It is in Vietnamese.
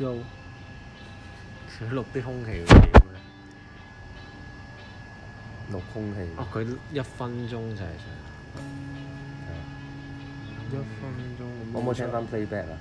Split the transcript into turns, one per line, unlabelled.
vô Sửa lục tôi không hiểu點咧。
錄空氣。
哦，佢一分鐘就係上。
係啊
一分鐘。
可唔可以聽翻 playback 啊？